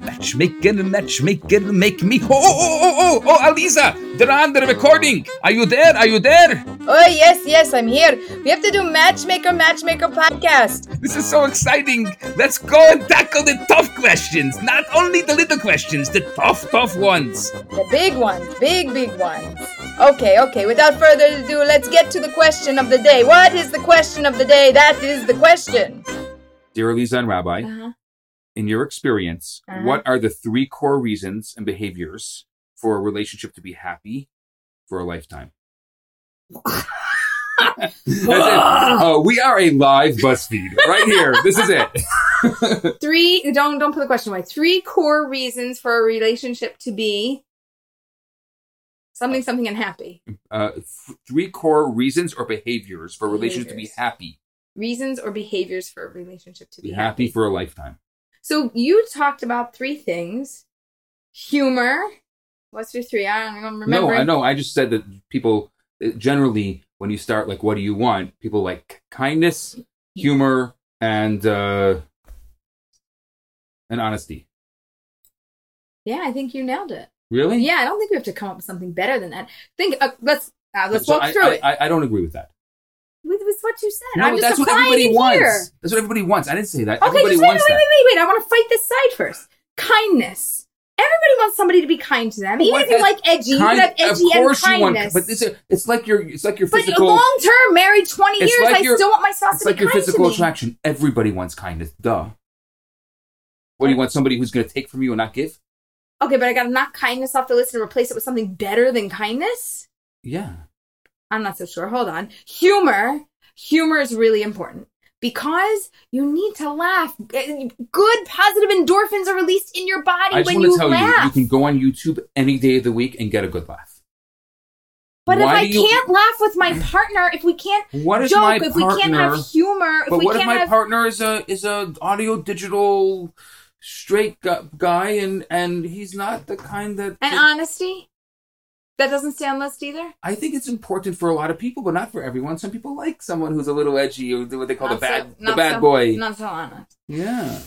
matchmaker, matchmaker, make me. Oh, oh, oh, oh, oh, oh, Aliza, they're on the recording. Are you there? Are you there? Oh, yes, yes, I'm here. We have to do Matchmaker Matchmaker podcast. This is so exciting. Let's go and tackle the tough questions. Not only the little questions, the tough, tough ones. The big ones, big, big ones. Okay, okay, without further ado, let's get to the question of the day. What is the question of the day? That is the question. Dear Aliza and Rabbi, Uh-huh. in your experience, Uh-huh. what are the three core reasons and behaviors for a relationship to be happy for a lifetime? That's it. Oh, we are a live BuzzFeed right here. This is it. Three. Don't don't put the question away. Three core reasons for a relationship to be something something and happy. Uh, th- three core reasons or behaviors for relations to be Behaviors. happy, Reasons or behaviors for a relationship to be be happy for a lifetime. So you talked about three things: humor. What's your three? I don't remember. No, I know. I just said that people uh, generally, when you start, like, what do you want? People like kindness, humor, and uh, and honesty. Yeah, I think you nailed it. Really? Yeah, I don't think we have to come up with something better than that. Think. Uh, let's uh, let's So walk I, through I, it. I, I don't agree with that. with, with what you said. No, I'm just that's what applying everybody it wants. here. That's what everybody wants. I didn't say that. Okay, everybody just wait, wait, wants wait, that. wait, wait. I want to fight this side first. Kindness. Everybody wants somebody to be kind to them. Even What if you has- like edgy, you can Kind- have edgy and you want, kindness. but this is, it's like your it's like your But physical long term, married twenty It's years, like I your- still want my spouse it's to like be your kind to physical me. attraction. Everybody wants kindness. Duh. What do you want? Somebody who's going to take from you and not give? Okay, but I gotta knock kindness off the list and replace it with something better than kindness. Yeah. I'm not so sure. Hold on. Humor. Humor is really important because you need to laugh. Good positive endorphins are released in your body I just when want you to tell you, you laugh. can go on YouTube any day of the week and get a good laugh. but if Why I do you- can't laugh with my partner, if we can't What is joke, my if partner? we can't have humor, if but we what if can't my have partner is a is a audio digital straight gu- guy and and he's not the kind that and honesty, that doesn't stay on list either. I think it's important for a lot of people, but not for everyone. Some people like someone who's a little edgy or what they call the Not so- bad the not bad so- boy. Not so honest. Yeah.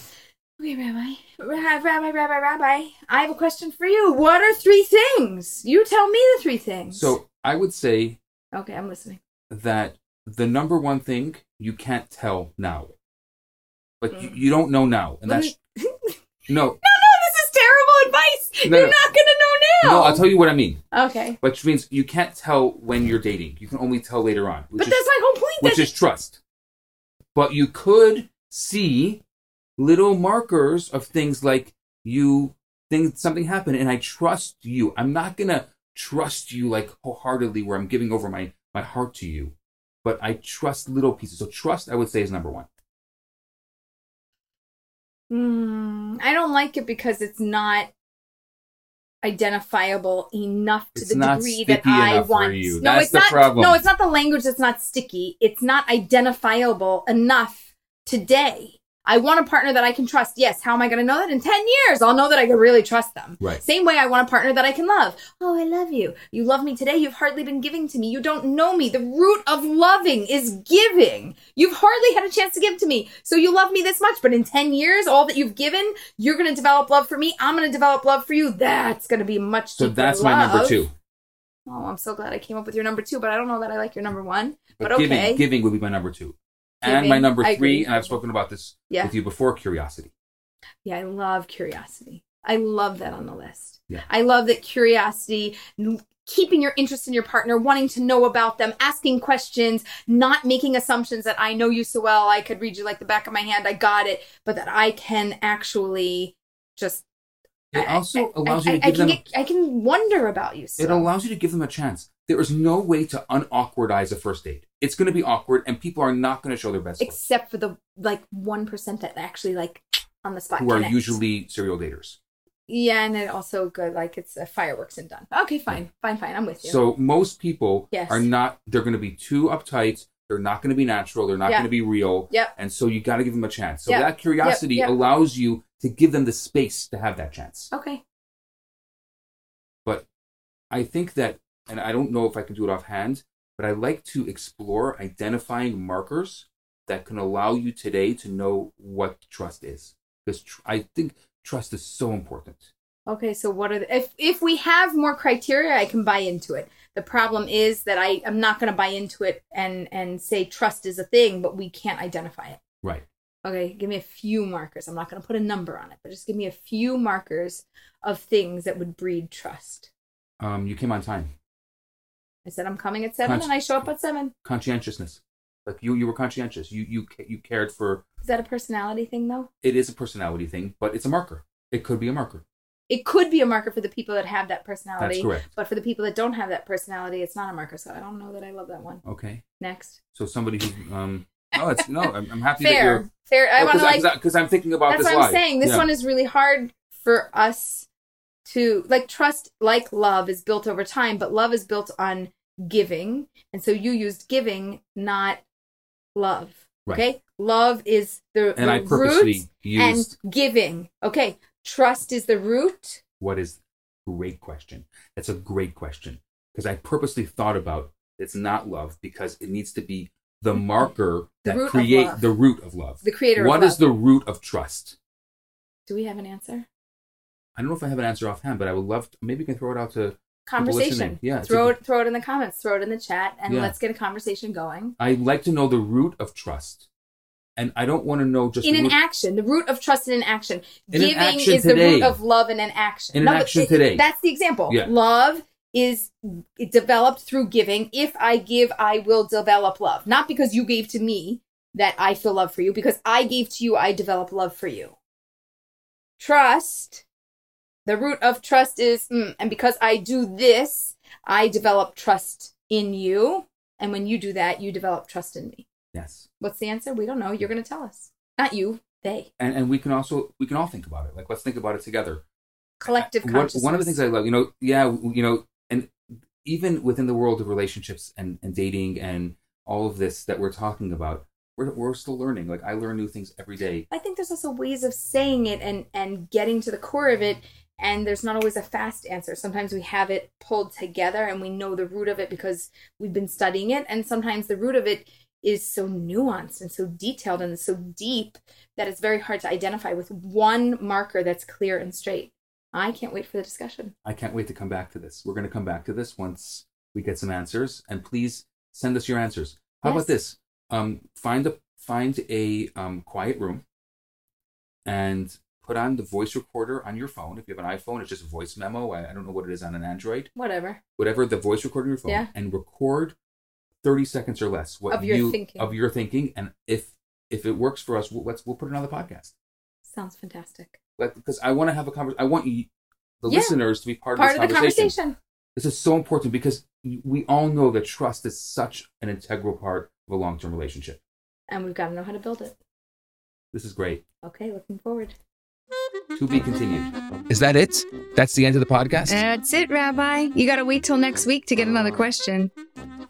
Okay, Rabbi, Rabbi, Rabbi, Rabbi, Rabbi. I have a question for you. What are three things? You tell me the three things. So I would say okay, I'm listening. that the number one thing you can't tell now. Like Mm. you, you don't know now. And that's no, No, no, this is terrible advice. No, You're no. not gonna know now. no, I'll tell you what I mean. okay, Which means you can't tell when you're dating. You can only tell later on. Which but is that's my whole point. which that- is trust. But you could see little markers of things like you think something happened and I trust you. I'm not gonna trust you like wholeheartedly where I'm giving over my, my heart to you. But I trust little pieces. So trust I would say is number one. Mm, I don't like it because it's not identifiable enough to It's the not degree that sticky I enough for want. you. No, That's it's the not. problem. No, it's not the language that's not sticky. It's not identifiable enough today. I want a partner that I can trust. Yes. How am I going to know that? In 10 years, I'll know that I can really trust them. Right. Same way I want a partner that I can love. Oh, I love you. You love me today. You've hardly been giving to me. You don't know me. The root of loving is giving. You've hardly had a chance to give to me. So you love me this much, but in 10 years, all that you've given, you're going to develop love for me. I'm going to develop love for you. That's going to be much So deeper that's my number love. two. Oh, I'm so glad I came up with your number two, but I don't know that I like your number one. But, But okay. giving giving would be my number two. and Giving, my number I three, agree. and I've spoken about this Yeah. with you before, curiosity. Yeah, I love curiosity. I love that on the list. Yeah. I love that curiosity, n- keeping your interest in your partner, wanting to know about them, asking questions, not making assumptions that I know you so well, I could read you like the back of my hand, I got it, but that I can actually just. It I- also I- allows I, you I to give can them get- I can wonder about you. So. It allows you to give them a chance. There is no way to unawkwardize a first date. It's going to be awkward, and people are not going to show their best. foot, except for the like one percent that actually like on the spot. who are connect. usually serial daters. yeah, and it also good like it's uh, fireworks and done. Okay, fine, fine, fine. I'm with you. So most people Yes. are not. They're going to be too uptight. They're not going to be natural. They're not Yeah. going to be real. Yep. And so you got to give them a chance. So Yep. that curiosity Yep. Yep. allows you to give them the space to have that chance. okay. But I think that, and I don't know if I can do it offhand, but I like to explore identifying markers that can allow you today to know what trust is. Because tr- I think Trust is so important. Okay, so what are the, if if we have more criteria, I can buy into it. The problem is that I am not going to buy into it and and say trust is a thing, but we can't identify it. Right. Okay, give me a few markers. I'm not going to put a number on it, but just give me a few markers of things that would breed trust. Um, you came on time. I said I'm coming at seven, Cons- and I show up at seven. Conscientiousness. Like you, you were conscientious. You, you, ca- you cared for. Is that a personality thing though? It is a personality thing, but it's a marker. It could be a marker. It could be a marker for the people that have that personality. That's correct. But for the people that don't have that personality, it's not a marker. So I don't know that I love that one. Okay. Next, So somebody who, um, no, it's no. I'm, I'm happy that fair, you're. fair. I want to like because I'm thinking about that's this what live. I'm saying. This Yeah. one is really hard for us to like trust like love is built over time, but love is built on giving. And so you used giving, not love. Right. Okay? Love is the, and the I purposely root used and giving. Okay. Trust is the root. what is great question. That's a great question because I purposely thought about it's not love because it needs to be the marker The that root of create love. the root of love. The creator of What is love. the root of trust? Do we have an answer? I don't know if I have an answer offhand, but I would love to, maybe you can throw it out to Conversation. listening. Yeah, it's Throw a- it throw it in the comments, throw it in the chat, and Yeah. let's get a conversation going. I'd like to know the root of trust. And I don't want to know just in the an root- action. The root of trust in an action. In an Giving action is the today. root of love in an action. In an but action it- today. That's the example. Yeah. Love is developed through giving. If I give, I will develop love. Not because you gave to me that I feel love for you, because I gave to you, I develop love for you. Trust. The root of trust is, mm, and because I do this, I develop trust in you. And when you do that, you develop trust in me. yes. What's the answer? We don't know. You're going to tell us. Not you, they. And and we can also we can all think about it. Like let's think about it together. collective One- consciousness. One of the things I love, you know, yeah, you know, and even within the world of relationships and, and dating and all of this that we're talking about, we're, we're still learning. Like I learn new things every day. I think there's also ways of saying it and and getting to the core of it. And there's not always a fast answer. Sometimes we have it pulled together and we know the root of it because we've been studying it. And sometimes the root of it is so nuanced and so detailed and so deep that it's very hard to identify with one marker that's clear and straight. I can't wait for the discussion. I can't wait to come back to this. We're going to come back to this once we get some answers. And please send us your answers. How Yes. about this? Um, find a find a um, quiet room and put on the voice recorder on your phone. If you have an iPhone, it's just voice memo. I, I don't know what it is on an Android. Whatever. whatever the voice recorder on your phone Yeah. and record 30 seconds or less what Of your you, thinking. of your thinking and if if it works for us we'll, let's we'll put it on the podcast Sounds fantastic. like because i want to have a conversation i want you the Yeah. listeners to be part, of Part of this the conversation. conversation. this is so important because we all know that trust is such an integral part of a long-term relationship And we've got to know how to build it. this is great Okay, looking forward. to be continued is that it that's the end of the podcast That's it, Rabbi. You got to wait till next week to get another question.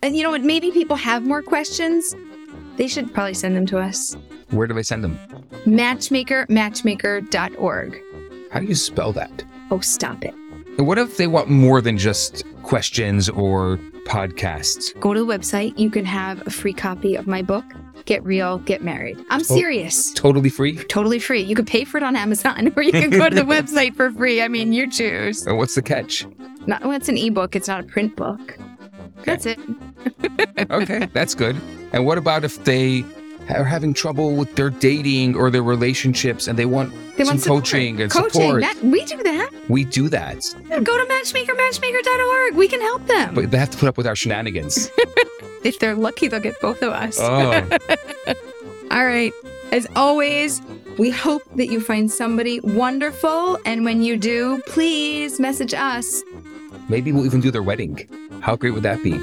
And you know what? Maybe people have more questions. They should probably send them to us. where do i send them Matchmaker, matchmaker.org. how do you spell that Oh, stop it. and what if they want more than just questions or podcasts Go to the website. You can have a free copy of my book, Get Real, Get Married. Oh. I'm serious. totally free Totally free. You could pay for it on Amazon or you can go to the website for free. I mean, you choose. and what's the catch Not, well, it's an ebook, it's not a print book. That's it. okay, that's good. And what about if they are having trouble with their dating or their relationships and they want They some want support. coaching and Coaching. support? That, we do that. We do that, Go to matchmaker, matchmaker.org. We can help them. but they have to put up with our shenanigans. if they're lucky, they'll get both of us. oh, All right. As always, we hope that you find somebody wonderful. And when you do, please message us. maybe we'll even do their wedding. How great would that be?